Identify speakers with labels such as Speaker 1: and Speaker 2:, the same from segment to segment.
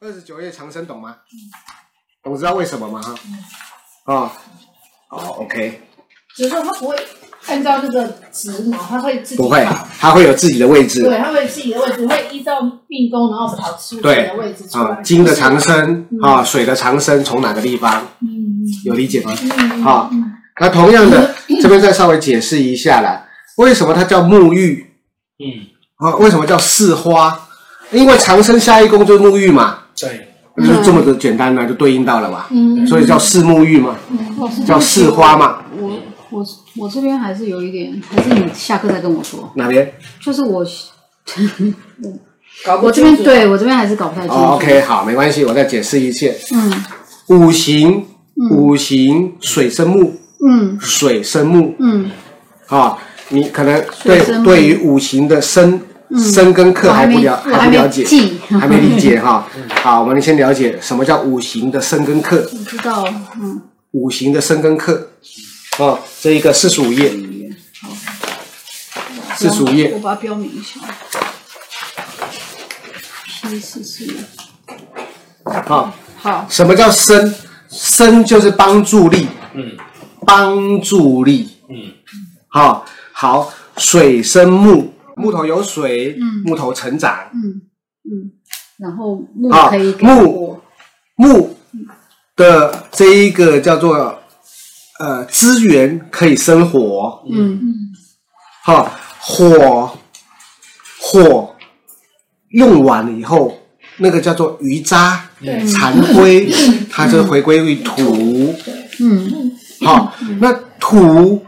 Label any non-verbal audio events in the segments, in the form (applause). Speaker 1: 二十九页长生懂吗？懂知道为什么吗？哈，哦，好，OK，
Speaker 2: 只是说它不会按照那个直毛，它会自己
Speaker 1: 不会，啊它会有自己的位置啊
Speaker 2: 对，它会自己的位置，会依照命宫，然后跑出
Speaker 1: 对
Speaker 2: 来的位置出
Speaker 1: 啊，
Speaker 2: 来。
Speaker 1: 金的长生啊，水的长生从哪个地方？
Speaker 2: 嗯，
Speaker 1: 有理解吗？
Speaker 2: 嗯嗯，
Speaker 1: 啊，那同样的，这边再稍微解释一下啦，为什么它叫沐浴
Speaker 3: 嗯，
Speaker 1: 啊？为什么叫四花？因为长生下一宫就是沐浴嘛，
Speaker 3: 对，
Speaker 1: 就这么的简单呢，就对应到了嘛，
Speaker 4: 嗯，
Speaker 1: 所以叫四沐浴嘛，
Speaker 4: 老师，
Speaker 1: 叫四花嘛。
Speaker 4: 我我我这边还是有一点，还是你下课再跟我说。
Speaker 1: 哪边？
Speaker 4: 就是我，
Speaker 2: 搞不
Speaker 4: 我这边
Speaker 2: 清楚，
Speaker 4: 对我这边还是搞不太清楚。
Speaker 1: 哦，OK，好，没关系，我再解释一切。
Speaker 4: 嗯
Speaker 1: 五行，五行水生木，
Speaker 4: 嗯
Speaker 1: 水生木
Speaker 4: 嗯，
Speaker 1: 啊，你可能
Speaker 4: 水
Speaker 1: 对
Speaker 4: 生木
Speaker 1: 对于五行的生生跟克
Speaker 4: 我还
Speaker 1: 还不
Speaker 4: 没
Speaker 1: 了
Speaker 4: 我还
Speaker 1: 不
Speaker 4: 没
Speaker 1: 了解，
Speaker 4: 记
Speaker 1: (laughs) 还没理解
Speaker 4: (laughs)
Speaker 1: 哈。好，我们先了解什么叫五行的生跟克，
Speaker 4: 不知道，嗯，
Speaker 1: 五行的生跟克。哦，这一个四十五页，四十五页
Speaker 4: 我把它标明一下。P 四四，
Speaker 1: 啊。
Speaker 4: 好，
Speaker 1: 什么叫生？生就是帮助力，
Speaker 3: 嗯
Speaker 1: 帮助力。
Speaker 3: 嗯
Speaker 1: 好、好，水生木，木头有水，木头成长，
Speaker 4: 嗯嗯，然后木
Speaker 1: 啊
Speaker 4: 可以给
Speaker 1: 木
Speaker 4: 我，
Speaker 1: 木的这一个叫做呃资源可以生火，
Speaker 4: 嗯
Speaker 1: 哈、火火用完了以后，那个叫做余渣、
Speaker 2: 对
Speaker 1: 残灰，它就回归于土。
Speaker 4: 嗯
Speaker 1: 好、那土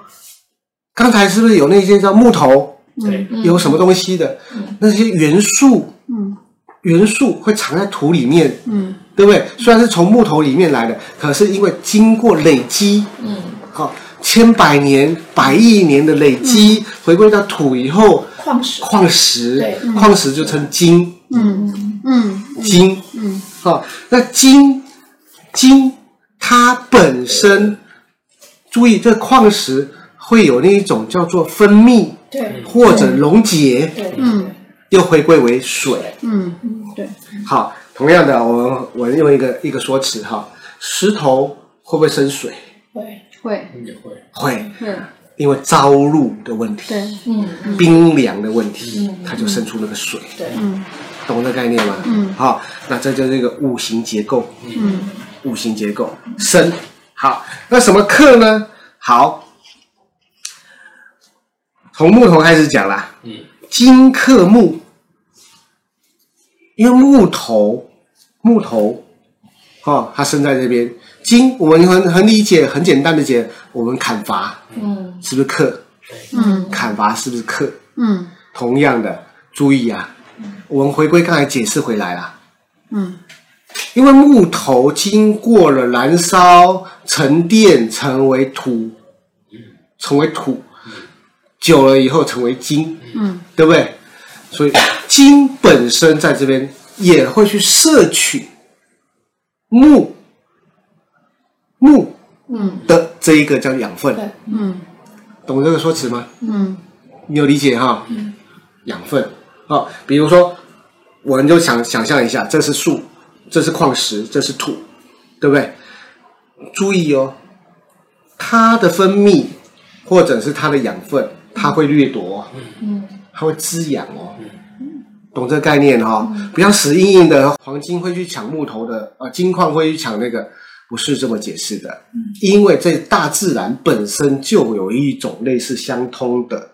Speaker 1: 刚才是不是有那些叫木头，
Speaker 3: 对，
Speaker 1: 有什么东西的、那些元素？
Speaker 4: 嗯
Speaker 1: 元素会藏在土里面，
Speaker 4: 嗯
Speaker 1: 对不对？虽然是从木头里面来的，可是因为经过累积，
Speaker 2: 嗯，
Speaker 1: 好、千百年、百亿年的累积，
Speaker 4: 嗯
Speaker 1: 回归到土以后，
Speaker 2: 矿石，
Speaker 1: 矿石
Speaker 2: 对，
Speaker 1: 矿石就称金，
Speaker 4: 嗯嗯
Speaker 1: 金，
Speaker 4: 嗯，
Speaker 1: 好、啊那金，金它本身，注意这矿石会有那一种叫做分泌
Speaker 2: 对
Speaker 1: 或者溶解，
Speaker 2: 对，
Speaker 4: 嗯
Speaker 1: 又回归为水。
Speaker 4: 嗯对，
Speaker 1: 好，同样的，我我用一个一个说辞哈，石头会不会生水？
Speaker 2: 对，
Speaker 4: 会
Speaker 3: 也会，
Speaker 1: 会，
Speaker 4: 会，
Speaker 1: 因为朝露的问题，
Speaker 4: 对，
Speaker 2: 嗯，
Speaker 1: 冰凉的问题，它就生出那个水。
Speaker 2: 对
Speaker 4: 嗯，
Speaker 1: 懂这概念吗？
Speaker 4: 嗯
Speaker 1: 好，那这就是一个五行结构。
Speaker 4: 嗯
Speaker 1: 五行结构生。好，那什么克呢？好，从木头开始讲啦。
Speaker 3: 嗯，
Speaker 1: 金克木，因为木头，木头，哦，它生在这边。金，我们很很理解，很简单的解，我们砍伐
Speaker 2: 嗯，
Speaker 1: 是不是克？
Speaker 4: 嗯
Speaker 1: 砍伐是不是克？
Speaker 4: 嗯
Speaker 1: 同样的，注意啊，我们回归刚才解释回来啦。
Speaker 4: 嗯
Speaker 1: 因为木头经过了燃烧、沉淀，成为土，成为土，久了以后成为金，
Speaker 4: 嗯
Speaker 1: 对不对？所以金本身在这边也会去摄取木木
Speaker 4: 嗯
Speaker 1: 的这一个叫养分，
Speaker 2: 对，
Speaker 4: 嗯
Speaker 1: 懂这个说辞吗？
Speaker 4: 嗯
Speaker 1: 你有理解哈？养分哦，比如说，我们就想想象一下，这是树，这是矿石，这是土，对不对？注意哦，它的分泌或者是它的养分，它会掠夺，哦
Speaker 2: 嗯，
Speaker 1: 它会滋养哦。懂这个概念哈、哦，不要死硬硬的，黄金会去抢木头的，呃，金矿会去抢那个，不是这么解释的，因为这大自然本身就有一种类似相通的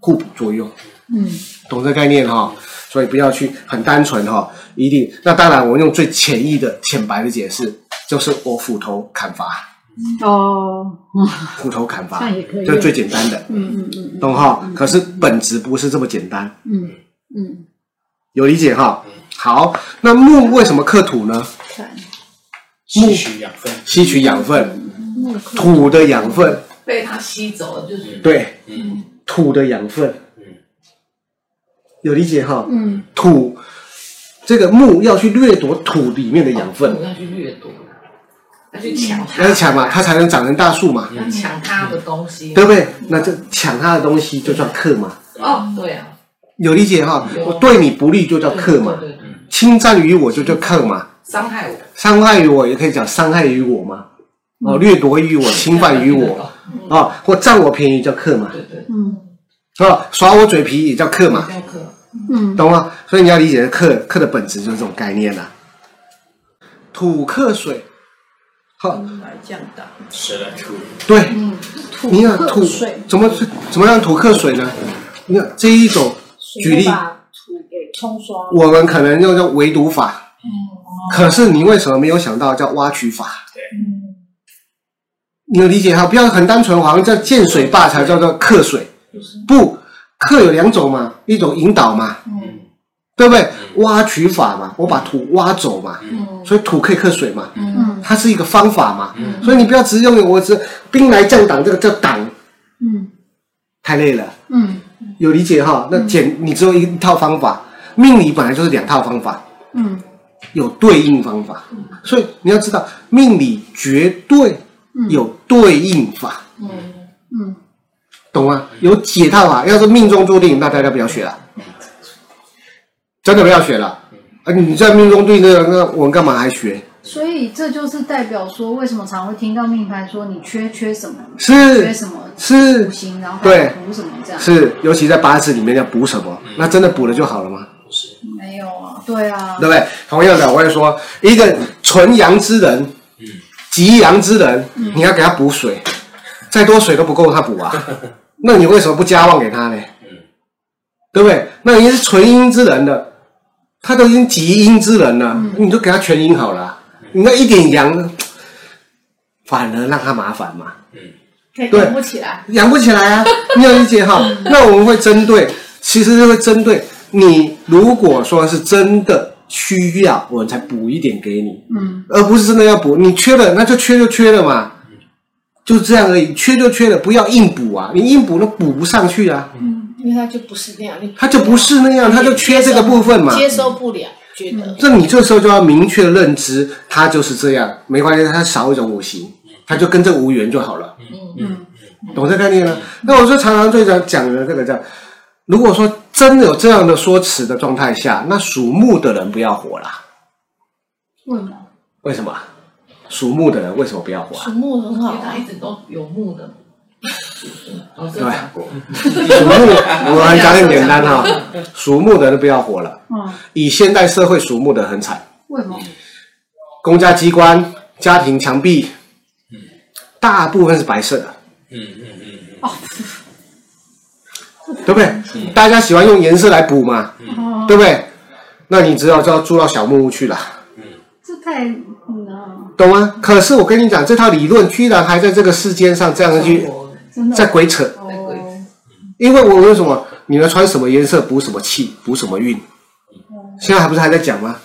Speaker 1: 互补作用。
Speaker 4: 嗯
Speaker 1: 懂这概念哈、所以不要去很单纯哈、一定。那当然，我用最浅易的、浅白的解释，就是我斧头砍伐，
Speaker 4: 哦，
Speaker 1: 斧头砍伐
Speaker 4: 那也可以
Speaker 1: 就是最简单的，
Speaker 4: 嗯嗯嗯
Speaker 1: 懂哈、可是本质不是这么简单，
Speaker 4: 嗯嗯，
Speaker 1: 有理解哈、好，那木为什么克土呢？
Speaker 4: 看
Speaker 3: 吸取养分，
Speaker 1: 吸取养分，
Speaker 4: 木克
Speaker 1: 土的养分，
Speaker 5: 被它吸走了，就是
Speaker 1: 对，
Speaker 3: 嗯
Speaker 1: 土的养分，
Speaker 3: 嗯
Speaker 1: 有理解哈、
Speaker 4: 嗯
Speaker 1: 土这个木要去掠夺土里面的养分，
Speaker 5: 我要去掠夺，要去抢它，
Speaker 1: 要抢嘛，它才能长成大树嘛，
Speaker 5: 要抢它的东西。
Speaker 1: 对不对？那这抢他的东西就叫克嘛。
Speaker 5: 哦，对啊，
Speaker 1: 有理解哈
Speaker 5: 有，
Speaker 1: 我对你不利就叫克嘛，
Speaker 5: 对对对
Speaker 1: 侵占于我就叫克嘛，
Speaker 5: 伤害我，
Speaker 1: 伤害于我也可以讲伤害于我嘛，哦，掠夺于我，侵犯于我，啊、或占我便宜叫克嘛，
Speaker 5: 对对，
Speaker 4: 嗯
Speaker 1: 啊、耍我嘴皮也叫克嘛，
Speaker 5: 教课，
Speaker 4: 嗯，
Speaker 1: 懂吗？所以你要理解克克的本质就是这种概念的、土克水，好、
Speaker 6: 来降档，
Speaker 3: 十来处理，
Speaker 1: 对，
Speaker 4: 土
Speaker 1: 你看
Speaker 4: 克
Speaker 1: 土
Speaker 4: 水，
Speaker 1: 怎么怎么样土克水呢？你看这一种，举例
Speaker 2: 水把土给冲刷，
Speaker 1: 我们可能用叫围堵法，可是你为什么没有想到叫挖取法？
Speaker 2: 嗯，
Speaker 1: 你能理解哈？不要很单纯，好像叫建水坝才叫做克水，不，克有两种嘛，一种引导嘛，
Speaker 3: 嗯
Speaker 1: 对不对？挖取法嘛，我把土挖走嘛，所以土可以克水嘛，
Speaker 4: 嗯
Speaker 1: 它是一个方法嘛，
Speaker 3: 嗯
Speaker 1: 所以你不要只用我只兵来将挡，这个叫挡
Speaker 4: 嗯
Speaker 1: 太累了。
Speaker 4: 嗯
Speaker 1: 有理解哈？那简你只有一套方法，命理本来就是两套方法，
Speaker 4: 嗯
Speaker 1: 有对应方法，所以你要知道命理绝对有对应法，
Speaker 4: 嗯，
Speaker 1: 懂吗？有解套法，要是命中注定，那大家不要学了，真的不要学了。啊，你在命中注定这个，那我们干嘛还学？
Speaker 4: 所以这就是代表说，为什么常会听到命盘说你缺缺什么，缺
Speaker 1: 是
Speaker 4: 什么
Speaker 1: 是
Speaker 4: 五行，然后
Speaker 1: 对
Speaker 4: 补什么这样？
Speaker 1: 是，尤其在八字里面要补什么，那真的补了就好了吗？
Speaker 3: 是
Speaker 4: 没有啊，对啊，
Speaker 1: 对不对？同样的，我也说，一个纯阳之人，极阳之人，你要给他补水，再多水都不够他补啊。那你为什么不加旺给他呢？对不对？那人家是纯阴之人的，他都已经极阴之人了，你就给他全阴好了啊。你那一点阳，反而让他麻烦嘛。
Speaker 6: 可以
Speaker 1: 对
Speaker 6: 动不起来，
Speaker 1: 养不起来啊， (laughs) 你有理解哈？那我们会针对，其实就会针对你，如果说是真的需要，我才补一点给你，
Speaker 4: 嗯
Speaker 1: 而不是真的要补。你缺了，那就缺就缺了嘛，就这样而已，缺就缺了，不要硬补啊！你硬补那补不上去啊，
Speaker 6: 因为他就不是那样，你
Speaker 1: 它就不是那样，它就缺这个部分嘛。
Speaker 6: 接受不了，觉得
Speaker 2: 嗯
Speaker 1: 这你这时候就要明确认知，它就是这样，没关系，它少一种五行，它就跟这无缘就好了。
Speaker 4: 嗯
Speaker 1: 懂这概念呢？那我就常常最常讲的这个叫，如果说真的有这样的说辞的状态下，那属木的人不要火啦。
Speaker 4: 为什么？
Speaker 1: 为什么？属木的人为什么不要火啊
Speaker 6: 属？木很
Speaker 5: 因
Speaker 6: 好
Speaker 5: 为他
Speaker 6: 啊，
Speaker 5: 一直都有木的，老师有讲过，
Speaker 1: 属木，我们讲点简单哈、属木的人不要火了。
Speaker 4: 嗯，
Speaker 1: 以现代社会，属木的很惨，
Speaker 4: 为什么？
Speaker 1: 公家机关、家庭墙壁，大部分是白色的，
Speaker 3: 嗯嗯嗯
Speaker 1: 对不对？大家喜欢用颜色来补嘛，
Speaker 4: 哦，
Speaker 1: 对不对？那你只好就要住到小木屋去了。
Speaker 4: 这太嗯，
Speaker 1: 懂吗？可是我跟你讲，这套理论居然还在这个世间上这样去
Speaker 4: 真的
Speaker 1: 在鬼扯，
Speaker 4: 哦，
Speaker 1: 因为我为什么你们穿什么颜色补什么气补什么运，现在还不是还在讲吗？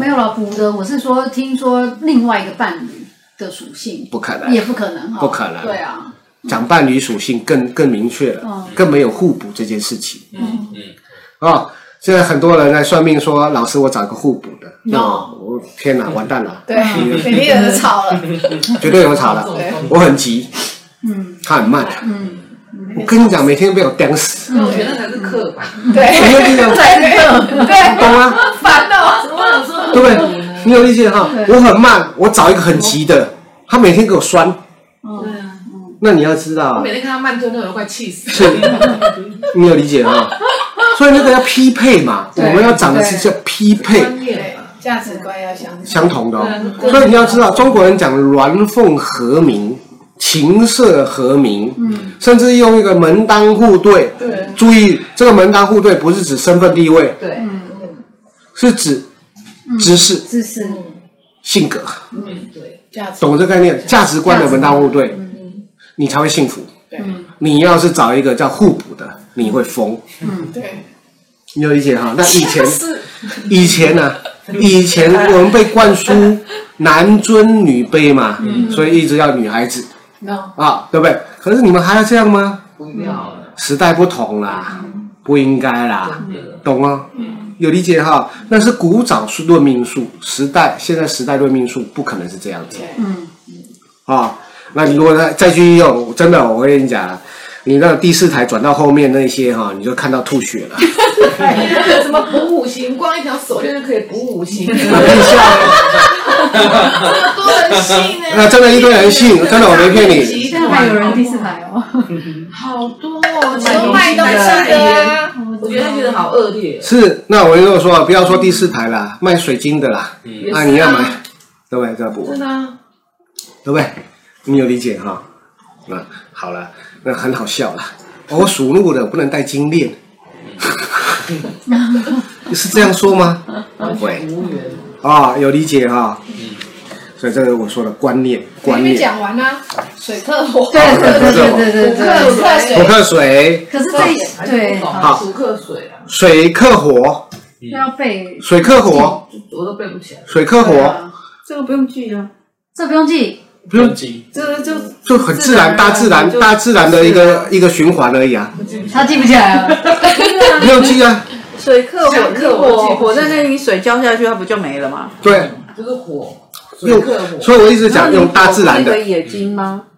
Speaker 4: 没有了，补的我是说，听说另外一个伴侣的属性
Speaker 1: 不可
Speaker 4: 也
Speaker 1: 能，
Speaker 4: 不可能哈，
Speaker 1: 不可能
Speaker 4: 对啊，
Speaker 1: 讲伴侣属性更更明确了
Speaker 4: 嗯，
Speaker 1: 更没有互补这件事情
Speaker 3: 嗯嗯，
Speaker 1: 啊、现在很多人来算命说，老师我找一个互补的，那
Speaker 6: No
Speaker 1: 我天哪，完蛋了，
Speaker 6: 嗯 (laughs) 对，每天有人吵了，
Speaker 1: (laughs) 绝对有吵了，
Speaker 5: 对
Speaker 1: 我很急，
Speaker 4: 嗯
Speaker 1: 他很慢，啊
Speaker 4: 嗯，
Speaker 1: 我跟你讲，每天被我盯死，
Speaker 5: 那我觉得才是课吧。
Speaker 1: 每
Speaker 6: 对
Speaker 1: 天被我
Speaker 6: 对对，
Speaker 1: 懂吗？
Speaker 6: 烦哦，
Speaker 5: 怎啊么有时候
Speaker 1: 对不对？你有理解哈？
Speaker 4: 对
Speaker 1: 我很慢，我找一个很急的，他每天给我酸，
Speaker 4: 哦
Speaker 5: 对啊，
Speaker 1: 那你要知道
Speaker 5: 我
Speaker 1: 啊
Speaker 5: 每，天看他慢吞吞，我都快气死了。
Speaker 1: 是，你有理解
Speaker 5: (laughs)
Speaker 1: 哈？所以那个要匹配嘛，我
Speaker 6: 对
Speaker 1: 们要讲的是叫匹配
Speaker 5: 专业
Speaker 6: 对
Speaker 5: 嘛，
Speaker 6: 价值观要相
Speaker 1: 相同的、哦，
Speaker 5: 对啊
Speaker 1: 所以你要知道，中国人讲鸾凤和鸣，琴瑟和鸣，
Speaker 4: 嗯
Speaker 1: 甚至用一个门当户对。
Speaker 5: 对
Speaker 1: 注意，这个门当户对不是指身份地位，
Speaker 5: 对，嗯
Speaker 1: 是指知识、
Speaker 4: 自私，
Speaker 1: 性格，
Speaker 5: 嗯对，
Speaker 6: 价值
Speaker 1: 懂这概念？价值观的嗯门当户对，你才会幸福。
Speaker 6: 对
Speaker 1: 你要是找一个叫互补的，你会疯，
Speaker 6: 对，
Speaker 1: 你有理解哈？那以前，以前呢、以前我们被灌 (laughs) 输男尊女卑嘛，所以一直要女孩子
Speaker 6: no
Speaker 1: 啊，对不对？可是你们还要这样吗？
Speaker 5: 不要了，
Speaker 1: 时代不同啦，不应该啦，
Speaker 5: 嗯真的嗯
Speaker 1: 懂吗？有理解哈？那是古早是论命术，时代现在时代论命术不可能是这样子
Speaker 6: 对
Speaker 4: 嗯
Speaker 1: 啊。那你如果再再去用，真的我跟你讲，你那第四台转到后面那些哈，你就看到吐血
Speaker 5: (laughs)
Speaker 1: 了。
Speaker 6: 什么补五行，光一条手链就可以补五行，
Speaker 1: 那
Speaker 6: 这
Speaker 1: 更像
Speaker 6: 么多人信呢？
Speaker 1: 那真的一堆人信真的我没骗你
Speaker 6: 现
Speaker 4: 现在还有人第四，台哦，
Speaker 6: 好多哦，只有卖东西的啊。
Speaker 5: 我觉得他觉得好恶劣。
Speaker 1: 是，那我就说，不要说第四台啦，卖水晶的啦，
Speaker 5: 也是
Speaker 1: 啊，你要买，对不对？这不，
Speaker 5: 真的啊，
Speaker 1: 对不对？你有理解哈？那好了，那很好笑了。哦我属鹿的，我不能戴金链， (laughs) 是这样说吗？不会
Speaker 5: 无缘。
Speaker 1: 啊、有理解哈。所以这个我说的观念，
Speaker 2: 还
Speaker 1: 观
Speaker 2: 没
Speaker 1: 念。
Speaker 2: 讲完呢，水克火，
Speaker 4: (laughs) 对对对对对对
Speaker 2: 水
Speaker 1: 我
Speaker 2: 克水，
Speaker 4: 对。
Speaker 1: 克水，
Speaker 4: 可是这对
Speaker 5: 好，熟客水啊，
Speaker 1: 水克火，
Speaker 4: 要背，
Speaker 1: 水克火，
Speaker 5: 我都背不起来。
Speaker 1: 水克
Speaker 4: 对
Speaker 1: 火，
Speaker 4: 啊
Speaker 6: 这个不用记啊，
Speaker 4: 这不用记，
Speaker 1: 不用
Speaker 3: 金，
Speaker 6: 这个就
Speaker 1: 就很自然，大自然，
Speaker 5: 就
Speaker 1: 大自然的一个一个循环而已啊，
Speaker 4: 他记不起来了。
Speaker 1: 不用记啊。
Speaker 7: 水克火
Speaker 5: 想，克
Speaker 7: 克
Speaker 5: 我记不
Speaker 7: 火，
Speaker 5: 起
Speaker 7: 火在那里，水浇下去，它不就没了吗？
Speaker 1: 对，
Speaker 5: 就是火，水
Speaker 1: 用
Speaker 5: 克，火。
Speaker 1: 所以我一直讲用大自然
Speaker 7: 那你
Speaker 1: 的，
Speaker 7: 火不是可以野金吗？嗯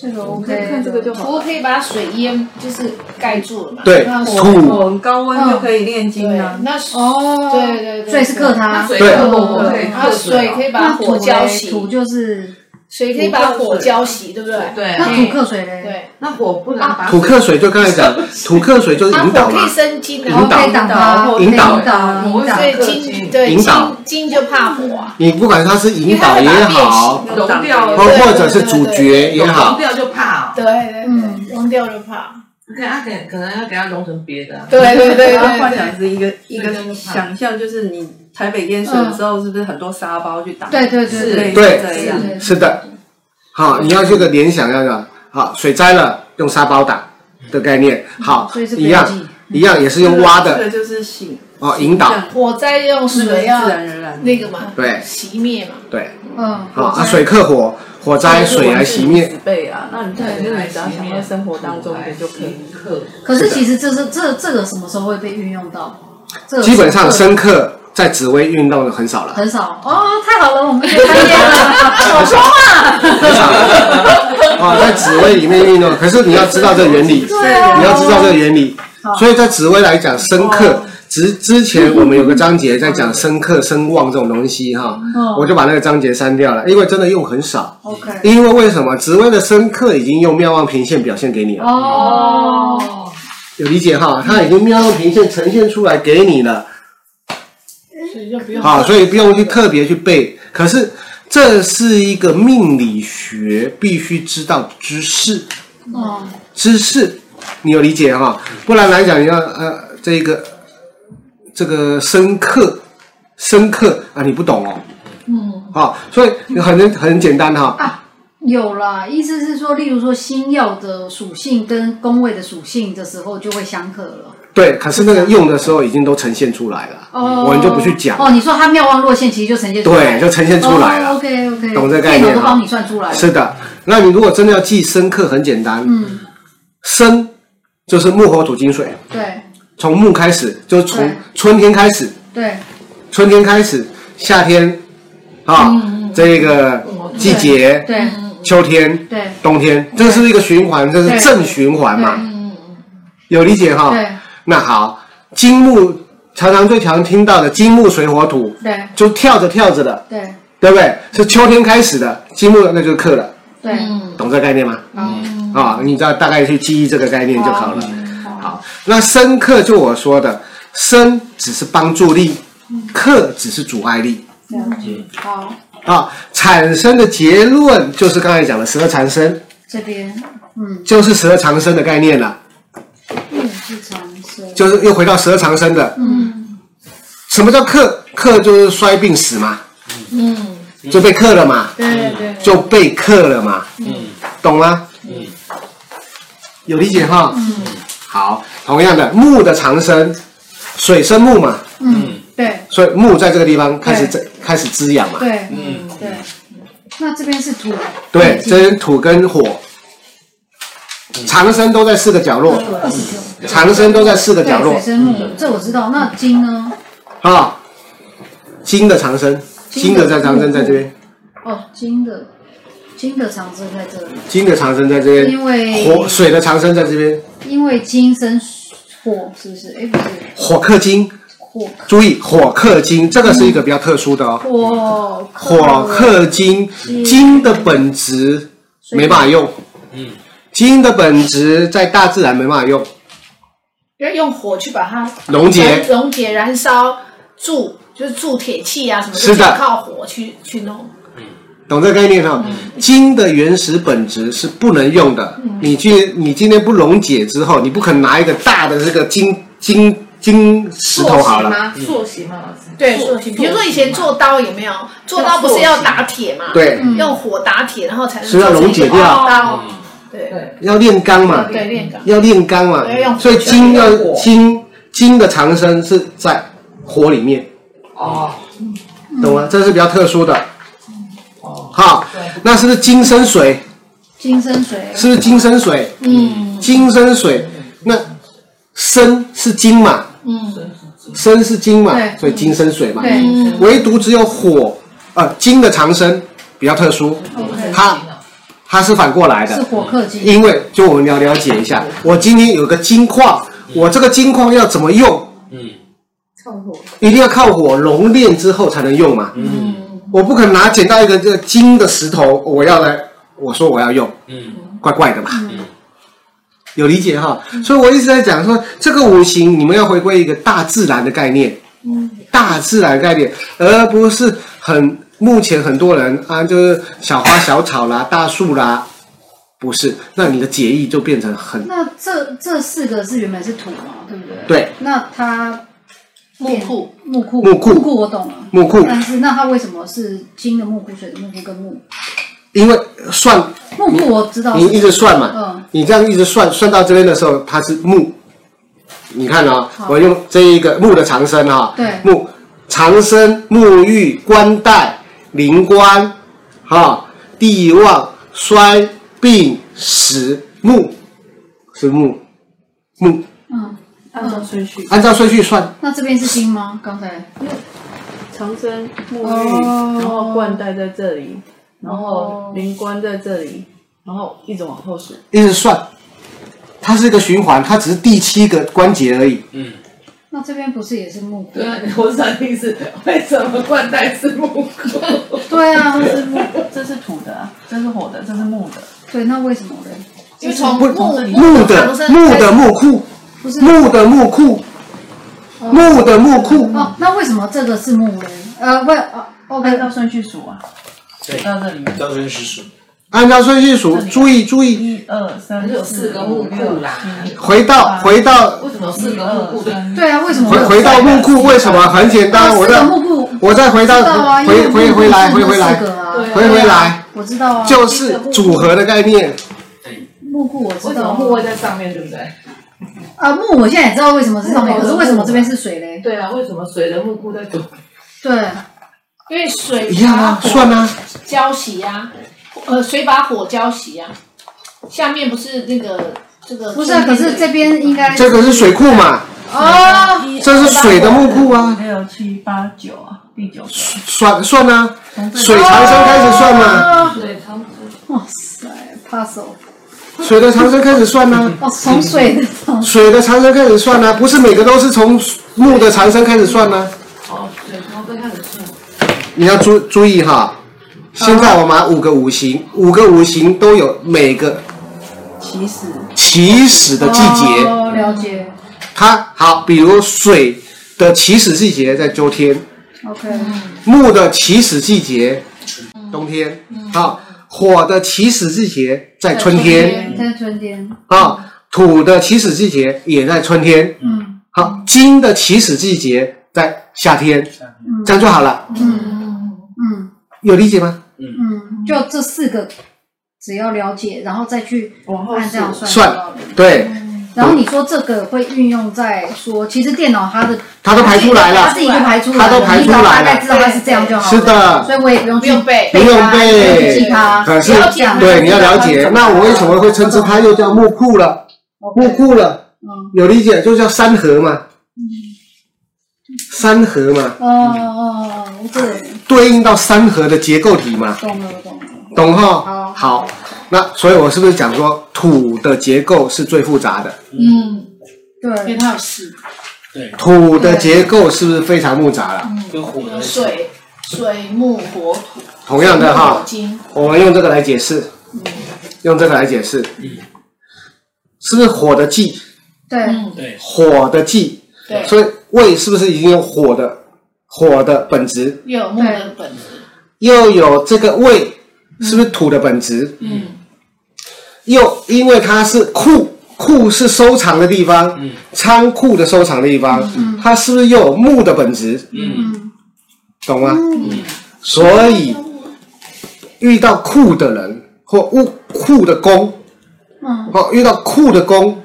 Speaker 4: 这个
Speaker 7: 我们
Speaker 4: OK，
Speaker 7: 看这个就好
Speaker 2: 土可以把水淹，就是盖住了嘛。
Speaker 1: 对
Speaker 2: 那
Speaker 1: 土，
Speaker 7: 火高温就可以炼金
Speaker 2: 对
Speaker 7: 啊，，
Speaker 2: 那水
Speaker 4: 哦，
Speaker 2: 对对对
Speaker 4: 所以是克
Speaker 5: 那
Speaker 4: 他，
Speaker 5: 水
Speaker 1: 对
Speaker 5: 克火可以
Speaker 2: 然后
Speaker 5: 克
Speaker 2: 水可以
Speaker 5: 以。
Speaker 2: 把
Speaker 4: 那土
Speaker 2: 火浇
Speaker 4: 嘞
Speaker 2: 熄，
Speaker 4: 土就是
Speaker 2: 水可以把火浇熄，对不对？
Speaker 5: 对啊，
Speaker 4: 那土克水嘞，
Speaker 2: 对，
Speaker 5: 那火不能
Speaker 1: (laughs)
Speaker 5: 把
Speaker 1: 土克水就刚才讲，土克水就是
Speaker 2: 啊，
Speaker 1: 引导
Speaker 2: 火可
Speaker 1: 嘛
Speaker 2: 以，生金的，
Speaker 1: 引导
Speaker 4: 可以挡它，
Speaker 1: 引导
Speaker 4: 引导，引导
Speaker 2: 所以金对
Speaker 1: 引导
Speaker 2: 金金就怕火啊，
Speaker 1: 你不管它是引导也
Speaker 7: 哦
Speaker 1: 好，
Speaker 5: 融掉，
Speaker 1: 或或者是主角也
Speaker 5: 融
Speaker 1: 好，
Speaker 5: 掉就怕哦。
Speaker 2: 对对
Speaker 4: 嗯
Speaker 2: 对，融掉就怕，
Speaker 5: 可能他给可能要给它融成别的啊。
Speaker 2: 对对对
Speaker 7: 然后
Speaker 2: 对
Speaker 7: 幻想
Speaker 2: 对，
Speaker 7: 是一个一
Speaker 5: 对对
Speaker 7: 个
Speaker 5: 对
Speaker 7: 想象，就是你台北淹水的时候，是不是很多沙包去打？
Speaker 4: 对对
Speaker 7: 是
Speaker 4: 对
Speaker 1: 对
Speaker 7: 这样。
Speaker 4: 对，
Speaker 1: 是的。好，你要这个联想要的好，水灾了用沙包打的概念，好
Speaker 4: 所以是，不
Speaker 1: 一
Speaker 4: 用
Speaker 1: 样
Speaker 4: 记。
Speaker 1: 一样也是用挖
Speaker 7: 这
Speaker 1: 的
Speaker 7: 个就是醒
Speaker 1: 哦，引导
Speaker 7: 象
Speaker 2: 火灾用
Speaker 7: 是不是
Speaker 2: 水
Speaker 7: 自
Speaker 2: 要
Speaker 7: 然而然
Speaker 2: 那个嘛，
Speaker 1: 对
Speaker 2: 熄灭嘛，
Speaker 1: 对，
Speaker 4: 嗯，
Speaker 1: 好啊，水克火，火灾水来熄灭，
Speaker 7: 备啊，那你可能就是
Speaker 5: 对
Speaker 7: 只要想到生活当中的就可以。
Speaker 5: 克
Speaker 4: 可是其实这是这这个什么时候会被运用到？这个
Speaker 1: 基本上
Speaker 4: 是
Speaker 1: 深刻在紫薇运动的很少了，
Speaker 4: (laughs) 很少哦，太好了，我们可以开业了，
Speaker 1: 很少了。啊，在紫薇里面运动，可是你要知道这原理， (laughs)
Speaker 4: 啊
Speaker 1: 你要知道这个原理。所以在紫薇来讲，深刻。之之前我们有个章节在讲深刻声望这种东西哈，我就把那个章节删掉了，因为真的用很少。
Speaker 4: OK
Speaker 1: 因为为什么紫薇的深刻已经用妙望平线表现给你了，
Speaker 4: 哦，
Speaker 1: 有理解哈？它已经妙望平线呈现出来给你了。
Speaker 2: 所以就不用
Speaker 1: 好，所以不用去特别去背。可是这是一个命理学必须知道的知识，
Speaker 4: 哦，
Speaker 1: 知识你有理解哈？不然来讲，你要呃这个这个深刻深刻啊，你不懂哦。
Speaker 4: 嗯。
Speaker 1: 好，所以很很简单哈。
Speaker 4: 有啦，意思是说，例如说星耀的属性跟宫位的属性的时候，就会相克了。
Speaker 1: 对，可是那个用的时候已经都呈现出来了，
Speaker 4: 哦，
Speaker 1: 我们就不去讲。
Speaker 4: 哦，你说它妙望落陷，其实就呈现出来
Speaker 1: 对，
Speaker 4: 了，
Speaker 1: 就呈现出来了。
Speaker 4: 哦、OK OK，
Speaker 1: 懂这个概念啊
Speaker 4: 都帮你算出来了。
Speaker 1: 是的，那你如果真的要记深刻，很简单，
Speaker 4: 嗯，
Speaker 1: 生就是木火土金水，
Speaker 4: 对
Speaker 1: 从木开始，就是
Speaker 4: 对
Speaker 1: 从春天开始，
Speaker 4: 对，
Speaker 1: 春天开始，夏天啊，这个季节，
Speaker 4: 嗯对
Speaker 1: 秋天、
Speaker 4: 对
Speaker 1: 冬天，这是一个循环，这是正循环嘛？
Speaker 2: 嗯
Speaker 1: 有理解哈？
Speaker 4: 对
Speaker 1: 那好，金木常常最常听到的金木水火土，
Speaker 4: 对
Speaker 1: 就跳着跳着的，
Speaker 4: 对
Speaker 1: 对不对？是秋天开始的金木，那就是克了，
Speaker 4: 对，
Speaker 1: 懂这个概念吗？
Speaker 4: 嗯
Speaker 1: 啊、你知道大概去记忆这个概念就好了。好，那深刻就我说的，深只是帮助力，克只是阻碍力。
Speaker 4: 好，
Speaker 1: 啊，产生的结论就是刚才讲的十二长生，
Speaker 4: 这边嗯
Speaker 1: 就是十二长生的概念了，
Speaker 4: 木是长生，
Speaker 1: 就是又回到十二长生的。
Speaker 4: 嗯
Speaker 1: 什么叫克？克就是衰病死嘛，嗯，就被克了嘛，
Speaker 2: 对对
Speaker 1: 就被克了嘛，
Speaker 3: 嗯
Speaker 1: 懂吗？
Speaker 3: 嗯，
Speaker 1: 有理解哈？
Speaker 4: 嗯
Speaker 1: 好，同样的木的长生，水生木嘛，
Speaker 4: 嗯对
Speaker 1: 所以木在这个地方开始在开始滋养嘛。
Speaker 4: 对
Speaker 3: 嗯
Speaker 4: 对，那这边是土，
Speaker 1: 对，这是土跟火，
Speaker 4: 嗯
Speaker 1: 长生都在四个角落，长生都在四个
Speaker 4: 对
Speaker 1: 角落嗯
Speaker 4: 水生木，这我知道。那金呢？
Speaker 1: 啊。金的长生，金
Speaker 4: 金
Speaker 1: 的
Speaker 4: 的
Speaker 1: 在长生在这边，
Speaker 4: 哦，金的金的长生在这里，
Speaker 1: 金的长生在这边，
Speaker 4: 因为
Speaker 1: 火水的长生在这边，
Speaker 4: 因为金生火，是不是？哎，不是
Speaker 1: 火克金，
Speaker 4: 火
Speaker 1: 注意火克金，这个是一个比较特殊的哦。
Speaker 4: 火
Speaker 1: 火克金，金的本质没办法用，
Speaker 3: 嗯，
Speaker 1: 金的本质在大自然没办法用，
Speaker 2: 要用火去把它
Speaker 1: 溶
Speaker 2: 燃
Speaker 1: 解。
Speaker 2: 溶解、燃烧、铸，就是铸铁器啊什么，
Speaker 1: 是的
Speaker 2: 就是靠火去去弄。
Speaker 1: 懂这个概念哈？金的原始本质是不能用的，你去你今天不溶解之后，你不可能拿一个大的这个金金金石头好了，嗯
Speaker 5: 吗？塑形吗？老师？
Speaker 2: 对，
Speaker 5: 塑
Speaker 2: 塑形。比如说以前做刀有没有？做刀不是要打铁嘛？
Speaker 1: 对，
Speaker 2: 用火打铁，然后才能
Speaker 1: 是要
Speaker 2: 做成
Speaker 1: 溶解
Speaker 2: 一个
Speaker 1: 掉
Speaker 2: 刀。对
Speaker 5: 对，
Speaker 1: 要炼钢嘛，
Speaker 2: 对，炼钢。
Speaker 1: 要炼钢嘛
Speaker 2: 要用，火
Speaker 1: 所以金
Speaker 5: 要
Speaker 1: 要
Speaker 5: 用火
Speaker 1: 金金的长生是在火里面，
Speaker 5: 哦，
Speaker 1: 懂
Speaker 4: 嗯
Speaker 1: 吗？这是比较特殊的。
Speaker 5: 哦
Speaker 1: 好
Speaker 5: 对，
Speaker 1: 那是不是金生水？
Speaker 4: 金生水，
Speaker 1: 是不是金生水？
Speaker 4: 嗯
Speaker 1: 金生水，那生是金嘛，
Speaker 4: 嗯，
Speaker 1: 生是金嘛，
Speaker 4: 对
Speaker 1: 所以金生水嘛。
Speaker 4: 对
Speaker 1: 唯独只有火，呃，金的长生比较特殊，
Speaker 4: ，OK，
Speaker 1: 它它是反过来的，
Speaker 4: 是火克金，
Speaker 1: 因为就我们要了解一下，我今天有个金矿，我这个金矿要怎么用？
Speaker 3: 嗯
Speaker 1: 一定要靠火熔炼之后才能用嘛。
Speaker 4: 嗯，
Speaker 1: 我不可能拿捡到一个这个金的石头，我要来，我说我要用，
Speaker 3: 嗯
Speaker 1: 怪怪的嘛。
Speaker 3: 嗯
Speaker 1: 有理解哈？所以我一直在讲说，这个五行你们要回归一个大自然的概念，大自然概念，而不是很目前很多人啊，就是小花小草啦、大树啦，不是，那你的解意就变成很
Speaker 4: 那这这四个是原本是土嘛，对不对？
Speaker 1: 对
Speaker 4: 那它
Speaker 2: 木库
Speaker 4: 木库
Speaker 1: 木库
Speaker 4: 木库我懂了，
Speaker 1: 木库，
Speaker 4: 但是那它为什么是金的木库、水的木库跟木
Speaker 1: 因为算
Speaker 4: 木库？我知道
Speaker 1: 你一
Speaker 4: 是
Speaker 1: 直算嘛，
Speaker 4: 嗯
Speaker 1: 你这样一直算，算到这边的时候，它是木。你看啊、
Speaker 4: 好
Speaker 1: 我用这一个木的长生啊、
Speaker 4: 对
Speaker 1: 木长生、沐浴、冠带、灵官，哈、地旺、衰、病、死、木，是木，木，
Speaker 4: 嗯，
Speaker 7: 按照顺序，
Speaker 1: 按照顺序算，
Speaker 4: 那这边是金吗？刚才
Speaker 7: 长生沐浴，
Speaker 4: 哦
Speaker 7: 然后冠带在这里，然
Speaker 5: 哦
Speaker 7: 后灵官在这里，然后一直往后数。
Speaker 1: 一直算，它是一个循环，它只是第七个关节而已。
Speaker 3: 嗯，
Speaker 4: 那这边不是也是木库？
Speaker 5: 对啊，我想听是为什么冠带是木狗？
Speaker 4: 对啊，
Speaker 7: 这是木，这是土的啊，这是火的，这是木的。
Speaker 4: 对，那为什么嘞？
Speaker 2: 因为从
Speaker 1: 不
Speaker 2: 木
Speaker 1: 木的
Speaker 2: 长生
Speaker 1: 木的木库，
Speaker 4: 不是
Speaker 1: 木的木库，木的木库，
Speaker 4: 哦，那为什么这个是木嘞？呃，不，哦
Speaker 7: 按
Speaker 4: ，OK，
Speaker 7: 照顺序数啊，数
Speaker 3: 对，
Speaker 7: 到这里，
Speaker 3: 招生实数，
Speaker 1: 按照顺序数，注意注意，
Speaker 7: 一二三，
Speaker 5: 有四个木
Speaker 7: 六
Speaker 5: 库啦
Speaker 7: 七
Speaker 1: 回到
Speaker 4: 啊
Speaker 1: 回到
Speaker 5: 为什么有四个木
Speaker 7: 一二
Speaker 5: 狗？
Speaker 7: 三
Speaker 4: 对啊，为什么
Speaker 1: 回回到木库，为什么？很简单，我
Speaker 4: 四个
Speaker 1: 再
Speaker 4: 木库？
Speaker 1: 我再回
Speaker 4: 知道
Speaker 1: 到
Speaker 4: 啊因
Speaker 1: 回回
Speaker 4: 为
Speaker 1: 回来
Speaker 4: 木
Speaker 1: 回
Speaker 4: 库
Speaker 1: 回
Speaker 4: 是
Speaker 1: 来
Speaker 4: 四个啊
Speaker 5: 对啊
Speaker 1: 回回来，
Speaker 4: 我知道啊，
Speaker 1: 就是组合的概念。
Speaker 4: 木库我
Speaker 5: 为
Speaker 4: 知
Speaker 5: 什
Speaker 4: 道
Speaker 5: 么
Speaker 4: 啊
Speaker 5: 木位在上面，对不对？
Speaker 4: 啊，木我现在也知道为什么是上面，可是为什么这边是水嘞？
Speaker 5: 对啊，为什么水的木库在左？
Speaker 4: 对，
Speaker 2: 因为水
Speaker 1: 一样
Speaker 2: 把
Speaker 1: 啊，
Speaker 2: 火
Speaker 1: 算啊，
Speaker 2: 浇熄啊，呃，水把火浇熄啊。下面不是那个这个
Speaker 4: 不是啊，可是这边应该
Speaker 1: 这个是水库嘛，
Speaker 2: 哦，
Speaker 1: 这是水的木库啊，
Speaker 7: 六七八九啊，第九个
Speaker 1: 算算啊，
Speaker 7: 从这里
Speaker 1: 水长生开始算嘛，
Speaker 4: 哦
Speaker 5: 对，他们
Speaker 4: 哇塞，puzzle
Speaker 1: 水的长生开始算啊，
Speaker 4: 哦，从水的从
Speaker 1: 水的长生开始算啊，不是每个都是从木的长生开始算啊，
Speaker 5: 哦，对，他们开始算。
Speaker 1: 你要注注意哈。现在我们把五个五行，五个五行都有每个
Speaker 7: 起始
Speaker 1: 起始的季节。
Speaker 4: 哦，了解
Speaker 1: 它好，比如水的起始季节在秋天，
Speaker 4: ，OK，
Speaker 1: 木的起始季节冬天，好，火的起始季节嗯在春天，
Speaker 4: 在春天，
Speaker 1: 啊，土的起始季节也在春天，
Speaker 4: 嗯
Speaker 1: 好，金的起始季节在夏天，这样就好了，
Speaker 4: 嗯嗯
Speaker 1: 有理解吗？
Speaker 4: 嗯，就这四个只要了解，然后再去
Speaker 7: 往后
Speaker 4: 按这样
Speaker 7: 数，
Speaker 4: 算就
Speaker 1: 算
Speaker 4: 好了。
Speaker 1: 对，
Speaker 4: 然后你说这个会运用在说，其实电脑它的
Speaker 1: 它都排出来
Speaker 4: 它
Speaker 1: 了，
Speaker 4: 自己就排出来了，
Speaker 1: 它都排出来了
Speaker 4: 你大概知道它是这样就好了。
Speaker 1: 是的
Speaker 4: 所以我也不用
Speaker 2: 不
Speaker 4: 去
Speaker 2: 用背
Speaker 1: 不用
Speaker 4: 背
Speaker 1: 背
Speaker 4: 记。它，
Speaker 1: 可是
Speaker 2: 了解嘛
Speaker 1: 对，你要了解，
Speaker 4: 嗯
Speaker 1: 那我为什么会称之它又叫木库了？木库了。
Speaker 4: 嗯，
Speaker 1: 有理解，就叫山河嘛，山河嘛，
Speaker 4: 哦哦，哦这个
Speaker 1: 对应到山河的结构体嘛，
Speaker 4: 懂了，我懂了。
Speaker 1: 懂哈
Speaker 2: 好？
Speaker 1: 好，那所以我是不是讲说土的结构是最复杂的？
Speaker 2: 嗯，因为
Speaker 4: 对，
Speaker 2: 它有湿，
Speaker 3: 对，
Speaker 1: 土的结构是不是非常复杂了？
Speaker 3: 跟火的
Speaker 2: 有水、水木火土，
Speaker 1: 同样的
Speaker 2: 水木
Speaker 1: 哈
Speaker 2: 火，金，
Speaker 1: 我们用这个来解释，用这个来解释，是不是火的忌？
Speaker 4: 对，
Speaker 2: 嗯，
Speaker 3: 对
Speaker 1: 火的忌，
Speaker 2: 对，
Speaker 1: 所以胃是不是已经有火的火的本质，
Speaker 2: 又有木的本质，
Speaker 1: 又有这个胃是不是土的本质？
Speaker 2: 嗯，
Speaker 1: 又因为它是库，库是收藏的地方，
Speaker 3: 嗯
Speaker 1: 仓库的收藏的地方，
Speaker 2: 嗯
Speaker 1: 它是不是又有木的本质？
Speaker 3: 嗯
Speaker 1: 懂吗？所以遇到酷的人或物酷的工，
Speaker 4: 嗯，
Speaker 1: 哦，遇到酷的工，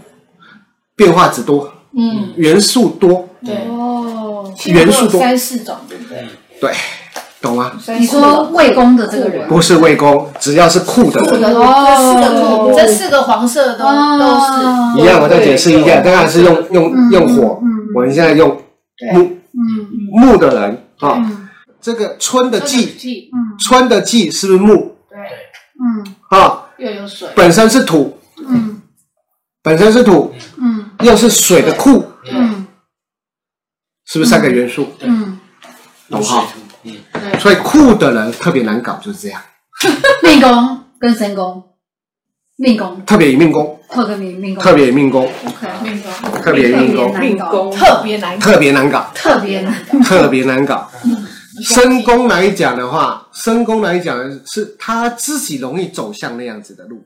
Speaker 1: 变化子多，
Speaker 2: 嗯，
Speaker 1: 元素多，
Speaker 2: 对，
Speaker 4: 哦，
Speaker 2: 其实我
Speaker 1: 元素
Speaker 2: 有
Speaker 1: 多
Speaker 2: 三四种，对不对？
Speaker 1: 对，懂吗？
Speaker 2: 三
Speaker 4: 你
Speaker 2: 四种
Speaker 4: 说魏公的这个人，
Speaker 1: 不是魏公，只要是酷的
Speaker 2: 这
Speaker 1: 人，
Speaker 4: 哦
Speaker 2: 这四个黄色都都是
Speaker 4: 哦
Speaker 1: 一样，我再解释一下，
Speaker 3: 对
Speaker 1: 当然是用用
Speaker 4: 嗯
Speaker 1: 用火
Speaker 4: 嗯嗯，
Speaker 1: 我们现在用木
Speaker 4: 嗯
Speaker 1: 木的人啊，
Speaker 4: 嗯
Speaker 1: 这个春的季，
Speaker 2: 季，
Speaker 4: 嗯
Speaker 1: 春的季是不是木
Speaker 2: 对，
Speaker 4: 嗯
Speaker 1: 啊？
Speaker 2: 又有水，
Speaker 1: 本身是土，
Speaker 4: 嗯
Speaker 1: 本身是土，
Speaker 4: 嗯
Speaker 1: 又是水的库，
Speaker 4: 嗯
Speaker 1: 是不是三个元素？
Speaker 4: 嗯，
Speaker 1: 懂哈？
Speaker 3: 嗯，
Speaker 1: 所以酷的人特别难搞，就是这样，
Speaker 4: 命宫跟神宫，命宫
Speaker 1: 特别以命宫，
Speaker 4: 特别命命宫
Speaker 1: 特别以命宫，
Speaker 4: OK，
Speaker 2: 命宫
Speaker 1: 特别以命宫，
Speaker 4: 难
Speaker 7: 命
Speaker 4: 搞，
Speaker 7: 宫
Speaker 2: 特别难搞，
Speaker 1: 特别难搞，
Speaker 4: 特别难搞，
Speaker 1: 特别难搞。身宫来讲的话，身宫来讲是他自己容易走向那样子的路，